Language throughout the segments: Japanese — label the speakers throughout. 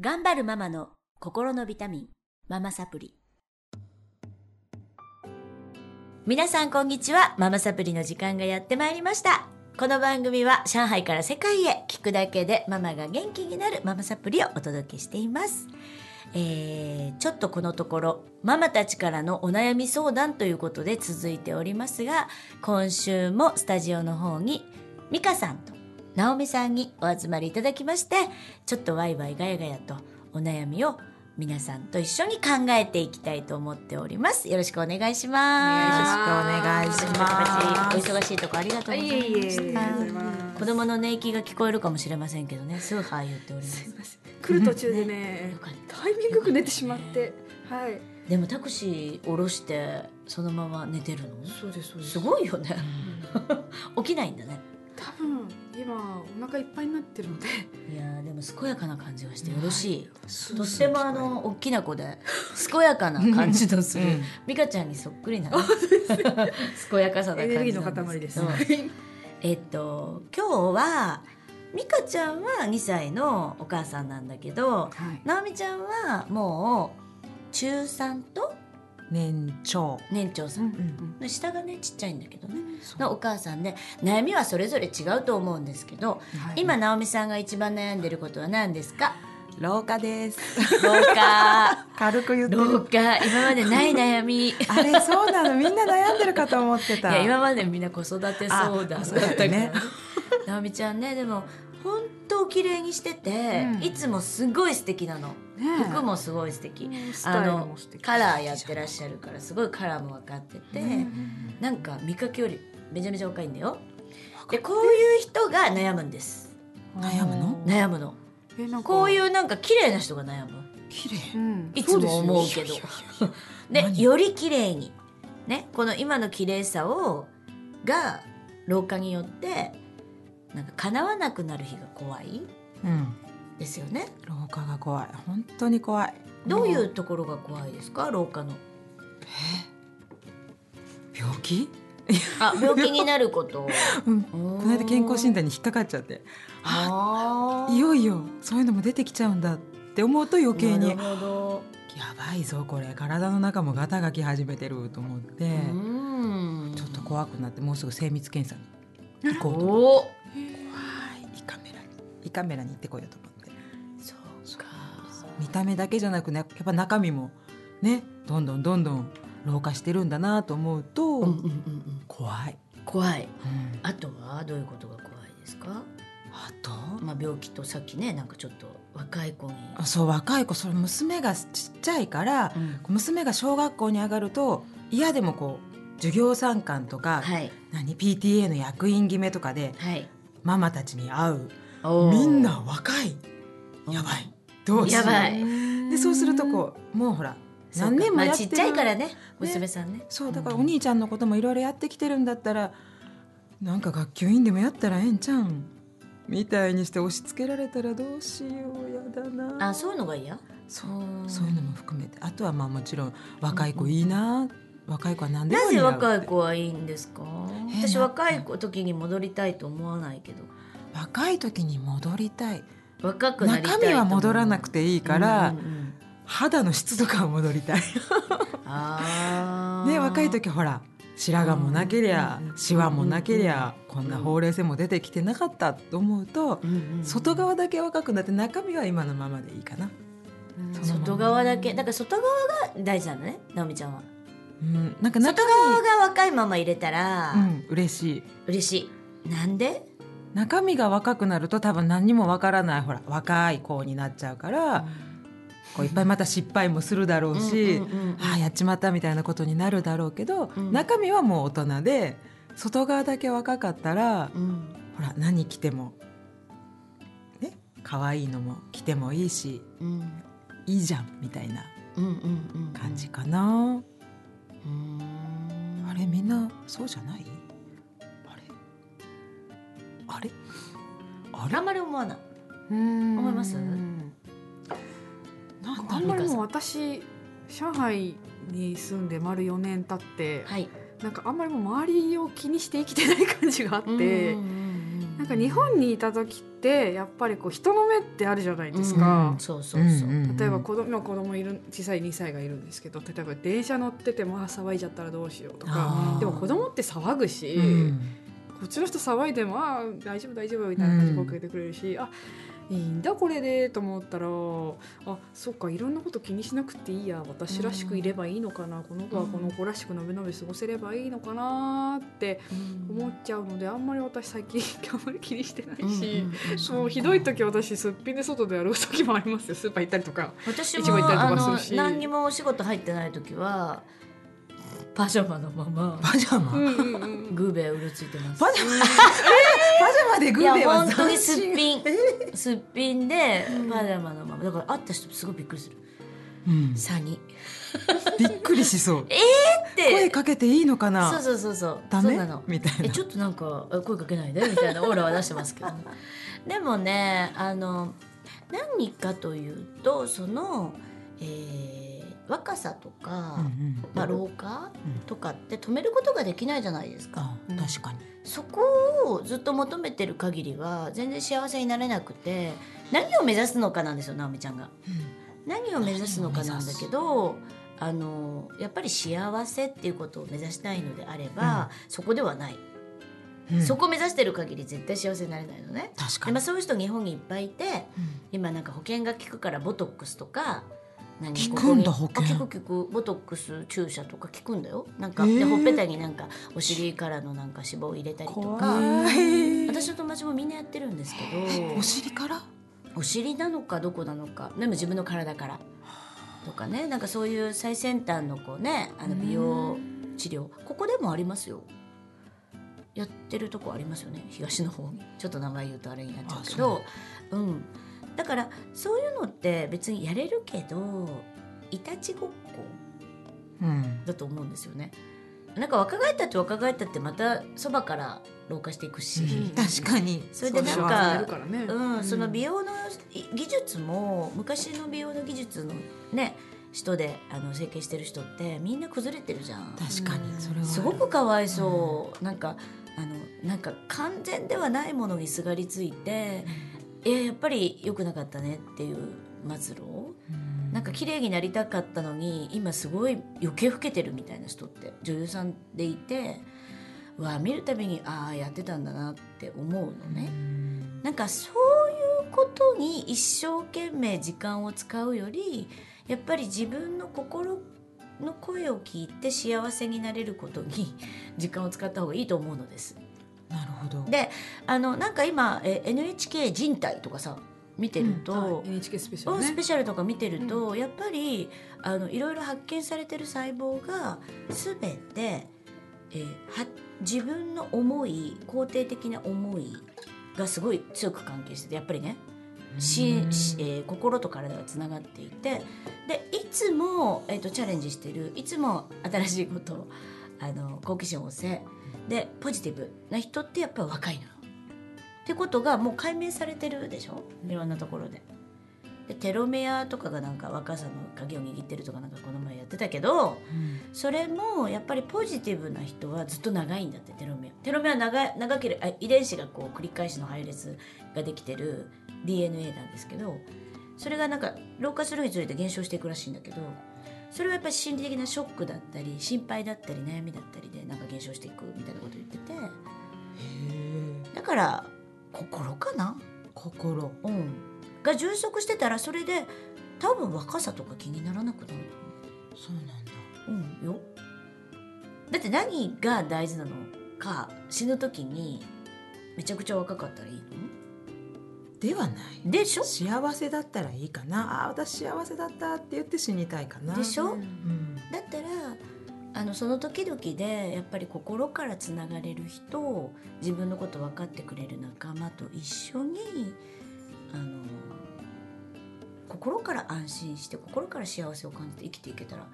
Speaker 1: 頑張るママの心のビタミン、ママサプリ。皆さんこんにちは。ママサプリの時間がやってまいりました。この番組は上海から世界へ聞くだけでママが元気になるママサプリをお届けしています。えーちょっとこのところママたちからのお悩み相談ということで続いておりますが今週もスタジオの方に美香さんと直美さんにお集まりいただきましてちょっとワイワイガヤガヤとお悩みを皆さんと一緒に考えていきたいと思っておりますよろしくお願いします
Speaker 2: 願いします
Speaker 1: お忙しいとこありがとうございま
Speaker 2: いえいえ
Speaker 1: した子供の寝息が聞こえるかもしれませんけどねスーハー言っております
Speaker 2: 来る途中でね
Speaker 1: よかった
Speaker 2: タイミングよく寝てしまってはい
Speaker 1: でもタクシー降ろしてそのまま寝てるの
Speaker 2: そうですそう
Speaker 1: すごいよね 起きないんだね
Speaker 2: 多分今お腹いっぱいになってるので
Speaker 1: いやーでも健やかな感じがしてよろしい、と
Speaker 2: と
Speaker 1: ってもあの大きな子で健やかな感じの する、
Speaker 3: うん
Speaker 1: 美香ちゃんにそっくりな健やかさな
Speaker 2: エ
Speaker 1: 感じ
Speaker 2: ネルギー
Speaker 1: なん
Speaker 2: の塊です
Speaker 1: けどえっと今日は美香ちゃんは2歳のお母さんなんだけど
Speaker 2: はい
Speaker 1: 直美ちゃんはもう中3と
Speaker 3: 年長
Speaker 1: 年長さん、
Speaker 3: うん
Speaker 1: で下がねちっちゃいんだけどね
Speaker 3: そう
Speaker 1: のお母さんで悩みはそれぞれ違うと思うんですけど、
Speaker 3: はい
Speaker 1: 今直美さんが一番悩んでることは何ですか
Speaker 3: 老化です
Speaker 1: 老 化
Speaker 3: 軽く言って
Speaker 1: 老
Speaker 3: る
Speaker 1: 化今までない悩みい
Speaker 3: あれそうなのみんな悩んでるかと思ってた
Speaker 1: や今までみんな子育て相談だ
Speaker 3: あ
Speaker 1: っ
Speaker 3: そ
Speaker 1: た
Speaker 3: うだ
Speaker 1: から
Speaker 3: よ
Speaker 1: ね
Speaker 3: ね
Speaker 1: 直美ちゃんねでも本当綺麗にしてて、
Speaker 3: うん
Speaker 1: いつもすごい素敵なの
Speaker 2: ね
Speaker 1: 服もすごい素敵、
Speaker 2: ス
Speaker 1: あ
Speaker 2: タイル
Speaker 1: の
Speaker 2: も素敵
Speaker 1: カラーやってらっしゃるからすごいカラーも分かってて、なんか見かけよりめちゃめちゃ若いんだよでこういう人が悩むんです
Speaker 3: 悩むの
Speaker 1: 悩むの
Speaker 2: えなんか
Speaker 1: こういうなんか綺麗な人が悩む
Speaker 3: 綺麗
Speaker 2: うん
Speaker 1: いつも思うけど
Speaker 3: そうで す
Speaker 1: で
Speaker 3: 何
Speaker 1: より綺麗にねこの今の綺麗さをが老化によってなんか叶わなくなる日が怖い
Speaker 3: うん
Speaker 1: ですよね
Speaker 3: 老化が怖い本当に怖い
Speaker 1: どうい
Speaker 3: も
Speaker 1: うところが怖いですか老化の
Speaker 3: 病気
Speaker 1: あ病気になること
Speaker 3: うん
Speaker 1: こ
Speaker 3: この間健康診
Speaker 1: 断
Speaker 3: 断に引っかかっちゃってあ
Speaker 1: あー
Speaker 3: いよいよそういうのも出てきちゃうんだって思うと余計に
Speaker 1: なるほど
Speaker 3: やばいぞこれ体の中もガタがき始めてると思って、
Speaker 1: うん
Speaker 3: ちょっと怖くなってもうすぐ精密検査に行こうと思って
Speaker 1: おお
Speaker 3: はい胃カメラに胃カメラに行ってこようと思って
Speaker 1: そうか
Speaker 3: 見た目だけじゃなくねやっぱ中身もねどんどんどんどん老化してるんだなと思うと、
Speaker 1: うんうんうんうん
Speaker 3: 怖い、
Speaker 1: 怖い
Speaker 3: うん
Speaker 1: あとはどういうことが怖いですか
Speaker 3: あと、
Speaker 1: まあ、病気とさっきねなんかちょっと若い子に、
Speaker 3: あそう若い子それ娘がちっちゃいから、娘が小学校に上がると嫌でもこう授業参観とか、
Speaker 1: はい
Speaker 3: 何 PTA の役員決めとかで
Speaker 1: はい
Speaker 3: ママたちに会う
Speaker 1: おー
Speaker 3: みんな若いやばいどうしよう
Speaker 1: やばい
Speaker 3: でそうするとこうもうほら
Speaker 1: そうか
Speaker 3: 何年もや
Speaker 1: まあ、
Speaker 3: ってる
Speaker 1: ちっちゃいからね娘さんね
Speaker 3: そうだからお兄ちゃんのこともいろいろやってきてるんだったらなんか学級委員でもやったらええんちゃうんみたいにして押し付けられたらどうしようやだな
Speaker 1: あそういうのが嫌
Speaker 3: そうそういうのも含めてあとはまあもちろん若い子いいな、若い子は何でも
Speaker 1: ない
Speaker 3: い
Speaker 1: ぜ
Speaker 3: な
Speaker 1: 若い子はいいんですか
Speaker 3: えー
Speaker 1: 私若い子時に戻りたいと思わないけど
Speaker 3: 若い時に戻りたい
Speaker 1: 若くなりたい
Speaker 3: 中身は戻らなく
Speaker 1: い
Speaker 3: ていい
Speaker 1: い
Speaker 3: から、
Speaker 1: うんうん
Speaker 3: 肌の質とかは戻りた
Speaker 1: う
Speaker 3: い、
Speaker 1: んあー
Speaker 3: ね、若い時ほら白髪もなけりゃ、
Speaker 1: うんうん
Speaker 3: シワもなけりゃ、こんなほうれい線も出てきてなかったと思うと、
Speaker 1: うんうんうん
Speaker 3: 外側だけ若くなって中身は今のままでいいかな、
Speaker 2: うん
Speaker 3: そのまま
Speaker 1: 外側だけだから外側が大事なのね直美ちゃんは
Speaker 3: うん、なんか
Speaker 1: 外
Speaker 3: 中
Speaker 1: 側が若いまま入れたら、
Speaker 3: 身うん嬉しい
Speaker 1: 嬉しいなんで
Speaker 3: 中身が若くなると多分何にもわからないほら若い子になっちゃうから、こういっぱいまた失敗もするだろうし、
Speaker 1: うんうんうんうん
Speaker 3: ああやっちまったみたいなことになるだろうけど、
Speaker 1: うん
Speaker 3: 中身はもう大人で外側だけ若かったら、
Speaker 1: うん
Speaker 3: ほら何着てもね可愛いのも着てもいいし
Speaker 1: うん
Speaker 3: いいじゃんみたいな
Speaker 1: うんうんうん
Speaker 3: 感じかな。
Speaker 1: うん
Speaker 3: あれみんなそうじゃないあれあれ
Speaker 1: あ
Speaker 3: あ
Speaker 1: ん
Speaker 3: れ
Speaker 1: まり思わない
Speaker 2: うん
Speaker 1: 思います
Speaker 3: なんだ
Speaker 2: あん
Speaker 3: ろ
Speaker 2: ま
Speaker 3: う
Speaker 2: りもう私上海に住んで丸4年経って
Speaker 1: はい
Speaker 2: なんかあんまりもう周りを気にして生きてない感じがあって
Speaker 1: うんうんうんうん
Speaker 2: なんか日本にいた時ってやっぱりこう人の目ってあるじゃないですか
Speaker 3: うん、
Speaker 1: そうそうそう、
Speaker 2: 例えば子供今子供いる小さい2歳がいるんですけど例えば電車乗っててもあ騒いじゃったらどうしようと
Speaker 1: あ
Speaker 2: か
Speaker 1: ー
Speaker 2: でも子供って騒ぐし、こっちの人騒いでもあー大丈夫大丈夫みたいな感じで声かけてくれるし、あいいんだこれでと思ったらあそうかいろんなこと気にしなくていいや私らしくいればいいのかな、この子はこの子らしくのびのび過ごせればいいのかなって思っちゃうのであんまり私最近 あんまり気にしてないし、もうひどい時私すっぴんで外で歩く時もありますよスーパー行ったりとか。
Speaker 1: 私
Speaker 2: いちご行ったり
Speaker 1: はあ
Speaker 2: とか
Speaker 1: の
Speaker 2: するし
Speaker 1: 何にもお仕事入ってない時はパジャマのまま
Speaker 3: パジャマ、
Speaker 2: うんうんうん
Speaker 1: グーベーうろついてます
Speaker 3: パジャ マ えーパジャマでグー
Speaker 1: い
Speaker 3: ベ
Speaker 1: や
Speaker 3: ーは
Speaker 1: 本当にすっ
Speaker 3: 斬新
Speaker 1: ぴんすっぴんでパジャマのままだから会った人すごいびっくりする
Speaker 3: うん
Speaker 1: サニ
Speaker 3: びっくりしそう
Speaker 1: って
Speaker 3: 声かけていいのかな
Speaker 1: そうそうそうそう
Speaker 3: ダ
Speaker 1: そう
Speaker 3: メ
Speaker 1: なの
Speaker 3: みたい
Speaker 1: え
Speaker 3: な
Speaker 1: ちょっとなんかえ声かけないでみたいなオーラは出してますけどね でもねあの何かというとその、えー若さとか、
Speaker 3: うんうん
Speaker 1: まあ、老化
Speaker 3: うん
Speaker 1: とかって止めることができないじゃないですか。
Speaker 3: あ確かに
Speaker 1: そこをずっと求めてる限りは全然幸せになれなくて何を目指すのかなんですよ直美ちゃんが。何を目指すのかなんだけどあのやっぱり幸せっていうことを目指したいのであれば、そこではない、
Speaker 3: うん
Speaker 1: そこ目指してる限り絶対幸せになれないのね。
Speaker 3: 確か
Speaker 1: で
Speaker 3: に
Speaker 1: まあ、そういう人日本にいっぱいいて
Speaker 3: うん
Speaker 1: 今なんか保険が効くからボトックスとか何
Speaker 3: 効くんだ
Speaker 1: ここ
Speaker 3: 保
Speaker 1: に
Speaker 3: 険
Speaker 1: あ効く効くボトックス注射とか効くんだよなんか、
Speaker 3: へー
Speaker 1: でほっぺたになんかお尻からのなんか脂肪を入れたりと
Speaker 2: 怖い
Speaker 1: か私の友達もみんなやってるんですけど
Speaker 3: お尻から
Speaker 1: お尻なのかどこなのかでも自分の体からとかねなんかそういう最先端のこうねあの美容治療ここでもありますよやってるとこありますよね東の方にちょっと名前言うとあれになっちゃうけどうんだからそういうのって別にやれるけどいたちごっこ
Speaker 3: うん
Speaker 1: だと思うんですよねなんか若返ったって若返ったってまたそばから老化していくし、
Speaker 2: うん
Speaker 3: 確かに
Speaker 1: それでなん
Speaker 2: そう幸せにな
Speaker 1: か
Speaker 2: るからね
Speaker 1: うん、その美容のい技術も昔の美容の技術のね人であの整形してる人ってみんな崩れてるじゃん
Speaker 3: 確かにそれは
Speaker 1: すごくかわいそう、なんかあのなんか完全ではないものにすがりついて、いややっぱり良くなかったねっていう末路
Speaker 3: うん
Speaker 1: なんか綺麗になりたかったのに今すごい余計老けてるみたいな人って女優さんでいてうわ見るたびにああやってたんだなって思うのね。
Speaker 3: うん
Speaker 1: なんかそういうことに一生懸命時間を使うよりやっぱり自分の心の声を聞いて幸せになれることに時間を使った方がいいと思うのです。
Speaker 3: なるほど
Speaker 1: であのなんか今え NHK 人体とかさ見てると、
Speaker 2: はい NHK スペシャル
Speaker 1: ス
Speaker 2: ね
Speaker 1: ペシャルとか見てると、やっぱりあのいろいろ発見されてる細胞が全て、えーは自分の思い肯定的な思いがすごい強く関係しててやっぱりねししえー心と体がつながっていてでいつも、えー、とチャレンジしてるいつも新しいことをあの好奇心旺盛でポジティブな人ってやっぱり若いのよ。ってことがもう解明されてるでしょいろんなところで。でテロメアとかがなんか若さの鍵を握ってるとかなんかこの前やってたけど
Speaker 3: うん
Speaker 1: それもやっぱりポジティブな人はずっと長いんだってテロメア。テロメアは長い長ければあ遺伝子がこう繰り返しの配列ができてる DNA なんですけどそれがなんか老化するにつれて減少していくらしいんだけどそれはやっぱり心理的なショックだったり心配だったり悩みだったりでなんか減少していくみたいなこと言ってて
Speaker 3: へ
Speaker 1: だから心かな
Speaker 3: え心
Speaker 1: うん、が充足してたらそれで多分若さとか気にならなくなる
Speaker 3: そうなんだ
Speaker 1: うんよだって何が大事なのか死ぬ時にめちゃくちゃ若かったらいい
Speaker 3: ではない
Speaker 1: のでしょ
Speaker 3: 幸せだったらいいかなあー私幸せだったって言って死にたいかな
Speaker 1: でしょ
Speaker 3: うん
Speaker 1: だったらあのその時々でやっぱり心からつながれる人自分のこと分かってくれる仲間と一緒にあの心から安心して心から幸せを感じて生きていけたら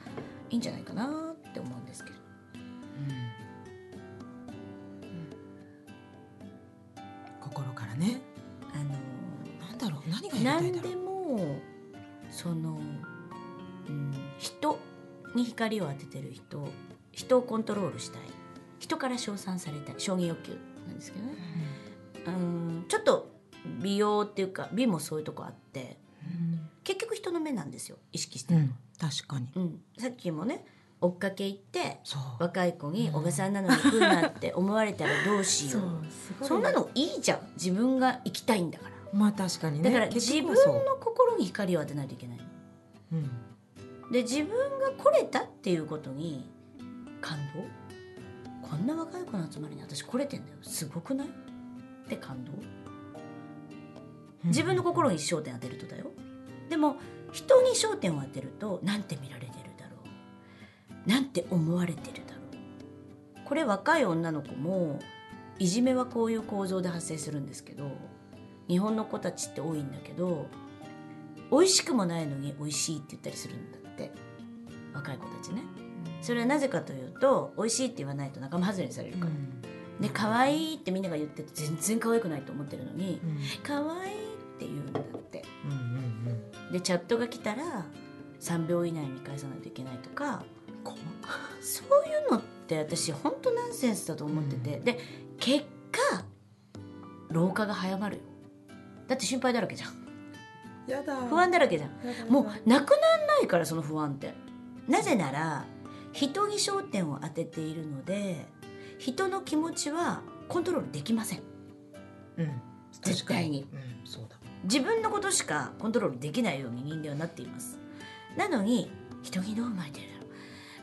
Speaker 1: いいんじゃないかなって思うんですけど。
Speaker 3: 心からね
Speaker 1: あの
Speaker 3: なんだろう何がやり
Speaker 1: 何
Speaker 3: たいだろ
Speaker 1: で
Speaker 3: う
Speaker 1: もその、うん、人に光を当ててる人人をコントロールしたい人から称賛されたい承認欲求なんですけどね、うん、ちょっと美容っていうか美もそういうとこあって結局人の目なんですよ意識して
Speaker 3: う
Speaker 1: る、
Speaker 3: ん、確かに
Speaker 1: うんさっきもね追っかけ行って
Speaker 3: そう
Speaker 1: 若い子に「
Speaker 3: うん
Speaker 1: おばさんなのに来るな」って思われたらどうしよう
Speaker 2: すごい
Speaker 1: そんなのいいじゃん自分が行きたいんだから
Speaker 3: まあ確かに
Speaker 1: だ
Speaker 3: ね
Speaker 1: から
Speaker 3: 結
Speaker 1: 自
Speaker 3: 局
Speaker 1: 分
Speaker 3: はそう
Speaker 1: の心に光を当てないといけない
Speaker 3: うん、
Speaker 1: で自分が来れたっていうことに感動こんな若い子の集まりに私来れてんだよすごくないって感動自分の心に焦点当てるとだよでも人に焦点を当てるとなんて見られてるだろうなんて思われてるだろうこれ若い女の子もいじめはこういう構造で発生するんですけど日本の子たちって多いんだけど美味しくもないのに美味しいって言ったりするんだって若い子たちねそれはなぜかというと美味しいって言わないと仲間外れにされる
Speaker 3: う
Speaker 1: から、
Speaker 3: ん
Speaker 1: で可愛いってみんなが言ってて全然可愛くないと思ってるのに
Speaker 3: うん
Speaker 1: 可愛いって言うんだって
Speaker 3: うんうん
Speaker 1: でチャットが来たら3秒以内に返さないといけないとか
Speaker 3: うん怖っ
Speaker 1: そういうのって私本当ナンセンスだと思ってて、
Speaker 3: う
Speaker 1: で結果老化が早まるよだって心配だらけじゃん
Speaker 3: やだ
Speaker 1: 不安だらけじゃん
Speaker 3: やだ
Speaker 1: もうなくなんないからその不安ってなぜなら人に焦点を当てているので人の気持ちはコントロールできません
Speaker 3: うん
Speaker 1: 絶対に
Speaker 3: 確かうん、そうだ
Speaker 1: 自分のことしかコントロールできないように人間はなっていますなのに人にどう思われてるだろう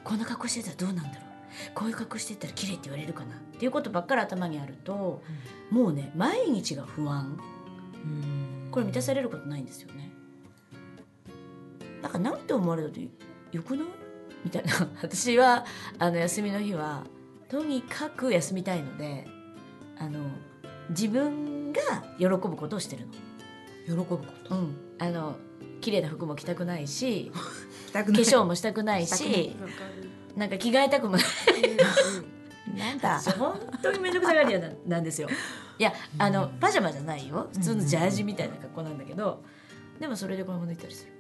Speaker 1: こんな格好してたらどうなんだろうこういう格好してたら綺麗って言われるかなっていうことばっかり頭にあるともうね毎日が不安
Speaker 3: うん
Speaker 1: これ満たされることないんですよねだからなんて思われたってよくないみたいな 私はあの休みの日はとにかく休みたいのであの自分が喜ぶことをしてるの
Speaker 3: 喜ぶこ
Speaker 1: うん、あの綺麗な服も着たくないし
Speaker 3: と化
Speaker 1: 化粧もしたくないし
Speaker 2: わかる
Speaker 1: なんか着替えたく もない
Speaker 3: なんだ
Speaker 1: 私本当にめちゃくちゃガリアななんですよ いやあのパジャマじゃないよ普通のジャージみたいな格好なんだけどでもそれで衣抜いたりする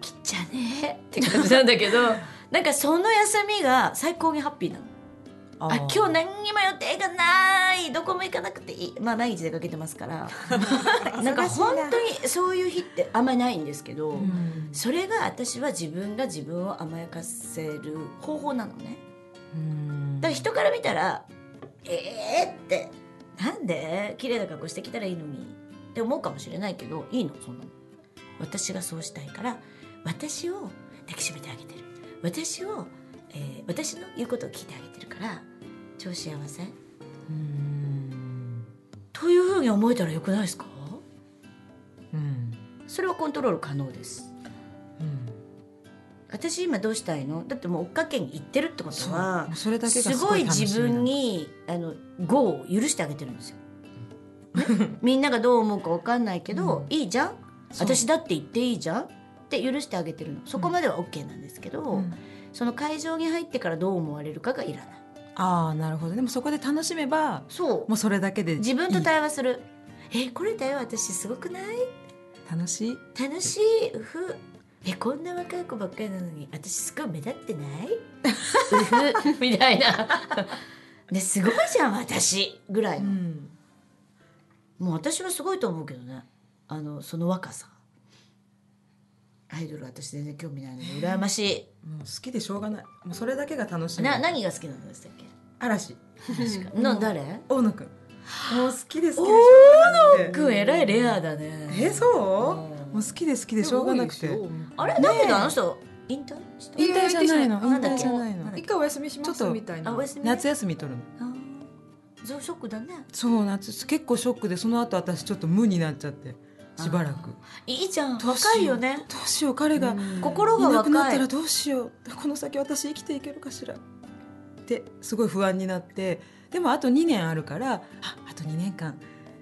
Speaker 1: 着っちゃねえって感じなんだけど なんかその休みが最高にハッピーなの
Speaker 3: あ
Speaker 1: あ今日何にも予定がないどこも行かなくていいまあ毎日出かけてますから なんか本当にそういう日ってあんまりないんですけど、
Speaker 3: うん
Speaker 1: それが私は自分が自分を甘やかせる方法なのね
Speaker 3: うん
Speaker 1: だから人から見たら「えー!」って「なんで綺麗な格好してきたらいいのに」って思うかもしれないけどいいのそんなの私がそうしたいから私を抱きしめてあげてる私を、えー私の言うことを聞いてあげてるから超幸せ
Speaker 3: うん
Speaker 1: というふうに思えたらよくないですか
Speaker 3: うん
Speaker 1: それはコントロール可能です
Speaker 3: うん
Speaker 1: 私今どうしたいのだってもう追っかけに行ってるってこと
Speaker 3: そう
Speaker 1: は
Speaker 3: もうそれだけが
Speaker 1: すごい
Speaker 3: 楽しみ
Speaker 1: 自
Speaker 3: な
Speaker 1: 分
Speaker 3: の
Speaker 1: にあのゴを許してあげてるんです よ。ねみんながどう思うかわかんないけど、
Speaker 3: うん
Speaker 1: いいじゃん
Speaker 3: そう
Speaker 1: 私だって言っていいじゃんって許してあげてるのそこまでは OK なんですけど、
Speaker 3: うん
Speaker 1: その会場に入ってからどう思われるかがいらない
Speaker 3: ああなるほどでもそこで楽しめば
Speaker 1: そ
Speaker 3: もうそれだけで
Speaker 1: う自分と
Speaker 3: いい
Speaker 1: 対話する「えこれだよ私すごくない
Speaker 3: 楽しい
Speaker 1: 楽しいうふえこんな若い子ばっかりなのに私すごい目立って ないうふみたいな、 ね、すごいじゃん私ぐらいの、
Speaker 3: ん
Speaker 1: もう私はすごいと思うけどねあのその若さアイドル私全然興味ないので羨まし
Speaker 3: もう好きでしょうがないもうそれだけが楽し
Speaker 1: い
Speaker 3: み
Speaker 1: な何が好きなのでしたっけ
Speaker 3: 嵐
Speaker 1: な誰
Speaker 3: 大野くんもう好きで好きでしょ
Speaker 1: お
Speaker 3: う
Speaker 1: ー
Speaker 3: がなくて
Speaker 1: くんえらいレアだね
Speaker 3: えそう
Speaker 1: うん
Speaker 3: もう好きで好きでしょうがなくて
Speaker 1: あれだけどあの人引退した
Speaker 2: え
Speaker 3: 引退じゃないの
Speaker 1: なん
Speaker 3: 引
Speaker 1: だっ
Speaker 3: 退
Speaker 1: け
Speaker 3: じゃない
Speaker 1: なん
Speaker 3: の
Speaker 1: だっ
Speaker 2: 一回お休みしますみたい
Speaker 1: あ
Speaker 2: な
Speaker 1: お休み
Speaker 3: 夏休み取るの
Speaker 1: あーゾウショックだね
Speaker 3: そう夏結構ショックでその後私ちょっと無になっちゃってしばらく
Speaker 1: いいじゃん
Speaker 3: どうしよう
Speaker 1: 若いよね
Speaker 3: どうしよう彼が
Speaker 2: うん
Speaker 1: 心
Speaker 3: い
Speaker 1: が
Speaker 3: なくなっ
Speaker 1: 若
Speaker 3: たら
Speaker 1: い
Speaker 3: どうしようこの先私生きていけるかしらってすごい不安になってでもあと2年あるからああと2年間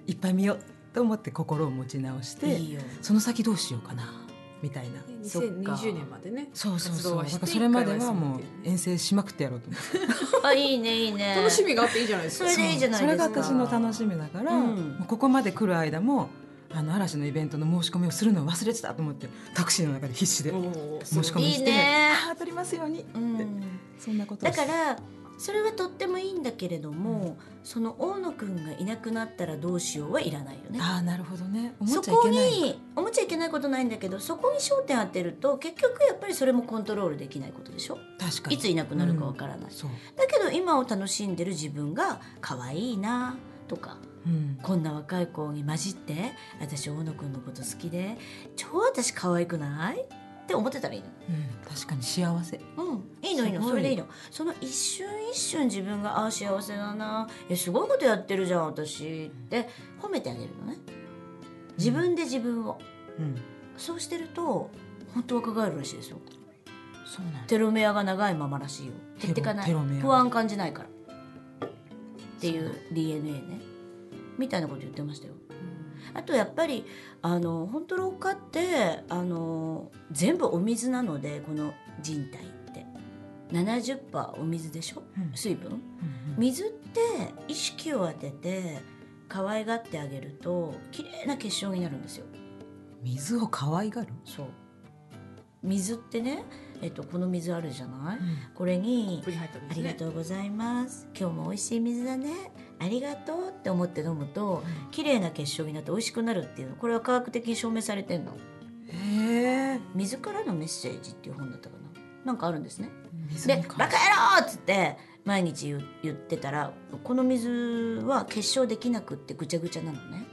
Speaker 3: いっぱい見ようと思って心を持ち直して
Speaker 1: いいよ
Speaker 3: その先どうしようかなみたいな
Speaker 1: そっか
Speaker 2: 2020年までね
Speaker 3: そうそう
Speaker 2: 活
Speaker 3: そ
Speaker 2: 動
Speaker 3: う
Speaker 2: は
Speaker 3: だ
Speaker 2: して
Speaker 3: からそれまでは
Speaker 2: 一回お休
Speaker 3: も
Speaker 2: みって
Speaker 3: う
Speaker 2: いうね
Speaker 3: 遠征しまくってやろうと思って
Speaker 1: あいいねいいね
Speaker 2: 楽しみがあっていいじゃないです
Speaker 1: そ
Speaker 2: か
Speaker 1: れでいいじゃない
Speaker 3: そ
Speaker 1: で
Speaker 3: れ
Speaker 1: すか
Speaker 3: が私の楽しみだから、
Speaker 1: うん
Speaker 3: もうここまで来る間もあの嵐のイベントの申し込みをするのを忘れてたと思ってタクシーの中で必死で
Speaker 2: おー
Speaker 3: 申し込み
Speaker 1: い
Speaker 3: し
Speaker 1: い
Speaker 3: て
Speaker 1: ね
Speaker 3: あー取りますように
Speaker 1: うん
Speaker 3: そんなことを
Speaker 1: だからそれはとってもいいんだけれども、その大野くんがいなくなったらどうしようはいらないよね。
Speaker 3: ああなるほどね思っ
Speaker 1: そ
Speaker 3: ちゃい
Speaker 1: こ
Speaker 3: けない
Speaker 1: に思っちゃいけないことないんだけどそこに焦点当てると結局やっぱりそれもコントロールできないことでしょ
Speaker 3: 確かに
Speaker 1: いついなくなるかわからない、
Speaker 3: そう、
Speaker 1: だけど今を楽しんでる自分が可愛いなとか
Speaker 3: うん、
Speaker 1: こんな若い子に混じって私大野くんのこと好きで超私可愛くないって思ってたらいいの
Speaker 3: うん確かに幸せ
Speaker 1: うん、いいのいいの
Speaker 3: すごい
Speaker 1: それでいいのその一瞬一瞬自分が「あー幸せだなえすごいことやってるじゃん私」って褒めてあげるのね自分で自分を、
Speaker 3: うん
Speaker 1: そうしてると本当若返るらしいですよ
Speaker 3: そうなんだ
Speaker 1: テロメアが長いままらしいよ減ってかない
Speaker 3: テロメア
Speaker 1: 不安感じないからっていう DNA ねみたいなこと言ってましたよあとやっぱりあの本当老化ってあの全部お水なのでこの人体って70%お水でしょ
Speaker 3: うん
Speaker 1: 水分
Speaker 3: うんうん
Speaker 1: 水って意識を当てて可愛がってあげると綺麗な結晶になるんですよ
Speaker 3: 水を可愛がる、
Speaker 1: そう水ってね、えっと、この水あるじゃない、
Speaker 3: うん
Speaker 1: これに
Speaker 2: プリ入ったん
Speaker 1: あ
Speaker 2: です
Speaker 1: りが
Speaker 2: ね。
Speaker 1: とうございます。今日も美味しい水だね。ありがとうって思って飲むと、綺麗な結晶になって美味しくなるっていうの、これは科学的に証明されてんの。
Speaker 3: へえ
Speaker 1: 水からのメッセージっていう本だったかな。なんかあるんですね。
Speaker 3: 水
Speaker 1: で
Speaker 3: に、
Speaker 1: バ
Speaker 3: 関
Speaker 1: カ野郎っつって毎日言う言ってたら、この水は結晶できなくってぐちゃぐちゃなのね。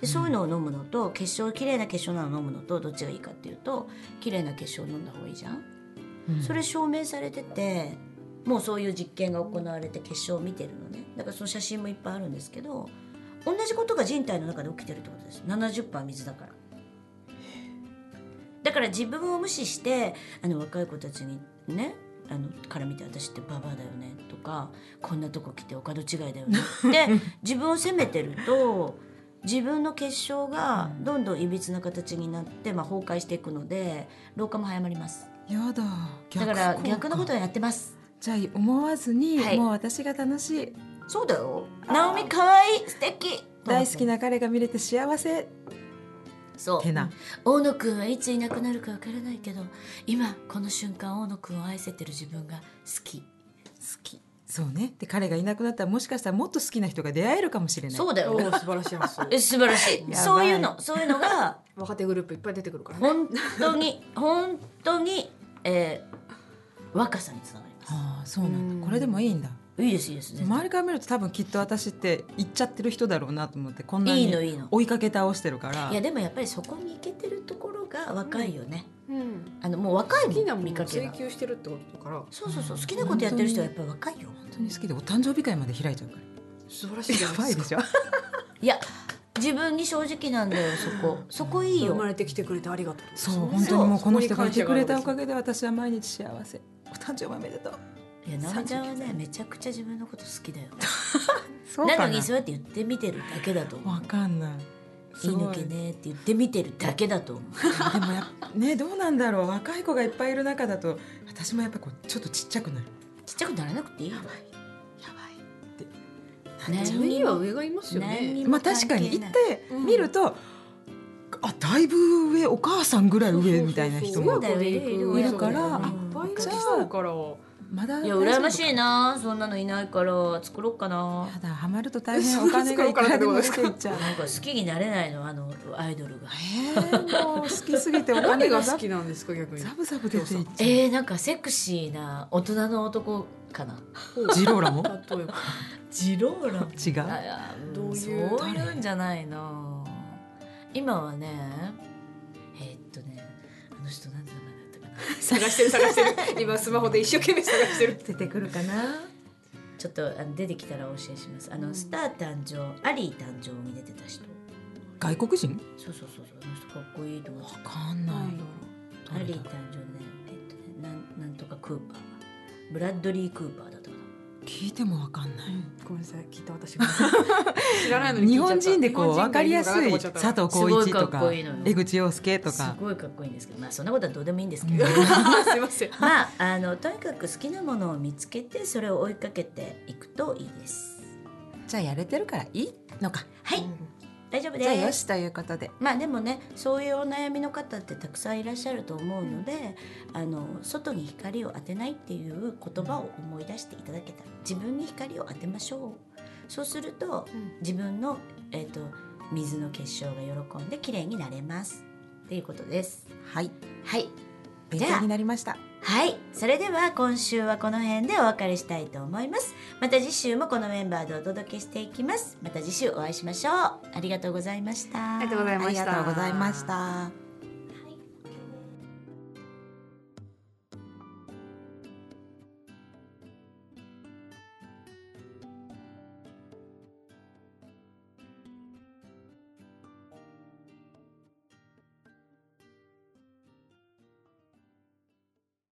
Speaker 1: でそういうのを飲むのと結晶綺麗な結晶なのを飲むのとどっちがいいかっていうと綺麗な結晶を飲んだ方がいいじゃん
Speaker 3: うん
Speaker 1: それ証明されててもうそういう実験が行われて結晶を見てるのねだからその写真もいっぱいあるんですけど同じことが人体の中で起きてるってことです70%水だからだから自分を無視してあの若い子たちにねあのから見て私ってババアだよねとかこんなとこ来てお門違いだよねって自分を責めてると自分の結晶がどんどんいびつな形になって、まあ、崩壊していくので老化も早まります。
Speaker 3: やだ
Speaker 1: だから逆のこと
Speaker 3: 効果
Speaker 1: をやってます。
Speaker 3: じゃあ思わずに、
Speaker 1: はい
Speaker 3: もう私が楽しい
Speaker 1: そうだよ。ナオミ可愛い素敵
Speaker 3: 大好き。な彼が見れて幸せっ
Speaker 1: そう。
Speaker 3: てな
Speaker 1: 大野くんはいついなくなるかわからないけど、今この瞬間大野くんを愛せてる自分が好き。
Speaker 3: 好きそうねで彼がいなくなったらもしかしたらもっと好きな人が出会えるかもしれない
Speaker 1: そうだ
Speaker 2: お
Speaker 1: よ。
Speaker 2: ー素晴らしい話。
Speaker 1: え素晴らし
Speaker 3: ば
Speaker 1: い。
Speaker 3: い
Speaker 1: そういうのそういうのが
Speaker 2: 若手グループいっぱい出てくるからね。
Speaker 1: 本当に本当に、えー、若さにつながります。
Speaker 3: ああそうなん
Speaker 2: うん
Speaker 3: だこれでもいいんだ
Speaker 1: いいですいいですね。
Speaker 3: 周りから見ると多分きっと私って行っちゃってる人だろうなと思ってこんない
Speaker 1: いの
Speaker 3: に
Speaker 1: いいの。
Speaker 3: 追いかけ倒してるから
Speaker 1: いやでもやっぱりそこに行けてるところが若いよね。
Speaker 2: うん
Speaker 1: あのもう若い
Speaker 2: 好きな
Speaker 1: もん
Speaker 2: も
Speaker 1: 見
Speaker 2: の
Speaker 1: か
Speaker 2: を
Speaker 1: け
Speaker 2: 追
Speaker 1: が。
Speaker 2: 求してるってことだから
Speaker 1: そうそうそう好きなことやってる人はやっぱり若いよ。
Speaker 3: 本当に好きでお誕生日会まで開いちゃうから
Speaker 2: 素晴らしいじゃ
Speaker 3: や
Speaker 2: ない
Speaker 3: ばい
Speaker 2: で
Speaker 3: ですし
Speaker 2: か。
Speaker 3: ょ
Speaker 1: いや自分に正直なんだよそこそこいい
Speaker 2: 生
Speaker 1: よ
Speaker 2: まれてきてくれてありがとう。
Speaker 3: そう
Speaker 1: そう
Speaker 3: 本当にもうこの人
Speaker 2: そこ
Speaker 3: が
Speaker 2: に感謝
Speaker 3: いて
Speaker 2: が
Speaker 3: く
Speaker 2: ある
Speaker 3: れたおかげで私は毎日幸せお誕生日おめでとう
Speaker 1: いやなめちゃんはねめちゃくちゃ自分のこと好きだよ
Speaker 3: そ
Speaker 1: なのにそうやって言ってみてるだけだと思
Speaker 3: わ
Speaker 1: う
Speaker 3: かんない
Speaker 1: い
Speaker 3: す
Speaker 1: い
Speaker 3: ご
Speaker 1: のけねって言ってみてるだけだと思う
Speaker 3: でもやっぱねどうなんだろう若い子がいっぱいいる中だと私もやっぱこうちょっとちっちゃくなる
Speaker 1: ちっちゃくならなくていいよ
Speaker 3: やば
Speaker 1: 何
Speaker 2: 自
Speaker 1: に
Speaker 2: 分には
Speaker 1: も
Speaker 2: 上がいますよ
Speaker 1: 何に
Speaker 2: ね。
Speaker 1: も
Speaker 3: まあ確かに
Speaker 1: 関係
Speaker 3: 行っ
Speaker 1: ない
Speaker 3: て見ると、あだいぶ上お母さんぐらい上みたいな人
Speaker 1: そう
Speaker 3: も
Speaker 1: だよいる
Speaker 3: いるから
Speaker 2: いっぱいいらっしゃるから。
Speaker 3: まだ
Speaker 1: いや
Speaker 3: 大丈夫か
Speaker 1: 羨ましいなそんなのいないから作ろうかな
Speaker 3: やだハマると大変お金がいくらでも出ていっちゃう
Speaker 1: なんか好きになれないのあのアイドルが
Speaker 3: えー、もう好きすぎてお金
Speaker 2: 何
Speaker 3: が
Speaker 2: が
Speaker 3: ザ
Speaker 2: 好きなんですか逆に。
Speaker 3: ザブザブ出ていっちゃ
Speaker 1: えー、なんかセクシーな大人の男かな
Speaker 3: うジローラも
Speaker 2: 例えば。
Speaker 1: ジローラ
Speaker 3: 違う
Speaker 1: ああ
Speaker 2: どういう
Speaker 1: そういうんじゃないな今はねえーっとねあの人何て名前だったかな
Speaker 2: 探してる探してる今スマホで一生懸命探してる
Speaker 3: 出てくるかな
Speaker 1: ちょっとあの出てきたらお教えしますあの、
Speaker 2: うん
Speaker 1: スター誕生アリー誕生に出てた人
Speaker 3: 外国人
Speaker 1: そうそうそうそうあの人かっこいいと思
Speaker 3: わ
Speaker 1: って
Speaker 3: かんない、
Speaker 1: アリー誕生ねえっとねなんなんとかクーパーブラッドリー・クーパーだったかな
Speaker 3: 聞いてもわかんない、
Speaker 2: ごめんなさい聞いた私が知 らないのに聞いち
Speaker 3: 日
Speaker 2: ゃった
Speaker 3: 本人でこう分かりやす
Speaker 2: 日
Speaker 3: い
Speaker 2: 本人
Speaker 3: 佐
Speaker 2: がいいのかなと
Speaker 1: す
Speaker 3: 藤浩
Speaker 1: ご
Speaker 3: 市
Speaker 1: いか
Speaker 3: と
Speaker 1: っ
Speaker 3: か
Speaker 1: こいいのよ
Speaker 3: 江口洋介とか
Speaker 1: すごいかっこいいんですけどまあそんなことはどうでもいいんですけど、
Speaker 3: うん
Speaker 2: 思っちゃったすいません
Speaker 1: まああのとにかく好きなものを見つけてそれを追いかけていくといいです
Speaker 3: じゃあやれてるからいいのか
Speaker 1: はい、大丈夫
Speaker 3: じゃあ
Speaker 1: で
Speaker 3: よ
Speaker 1: す。
Speaker 3: しということで
Speaker 1: まあでもねそういうお悩みの方ってたくさんいらっしゃると思うので、あの外に光を当てないっていう言葉を思い出していただけたら自分に光を当てましょうそうすると
Speaker 2: うん
Speaker 1: 自分の、えー、と水の結晶が喜んで綺麗になれますっていうことです
Speaker 3: はい
Speaker 1: はい
Speaker 3: 勉強になりました
Speaker 1: はいそれでは今週はこの辺でお別れしたいと思いますまた次週もこのメンバーでお届けしていきますまた次週お会いしましょうありがとうございました
Speaker 2: ありがとうござい
Speaker 3: あ
Speaker 2: ま
Speaker 3: り
Speaker 2: した
Speaker 3: がとうございました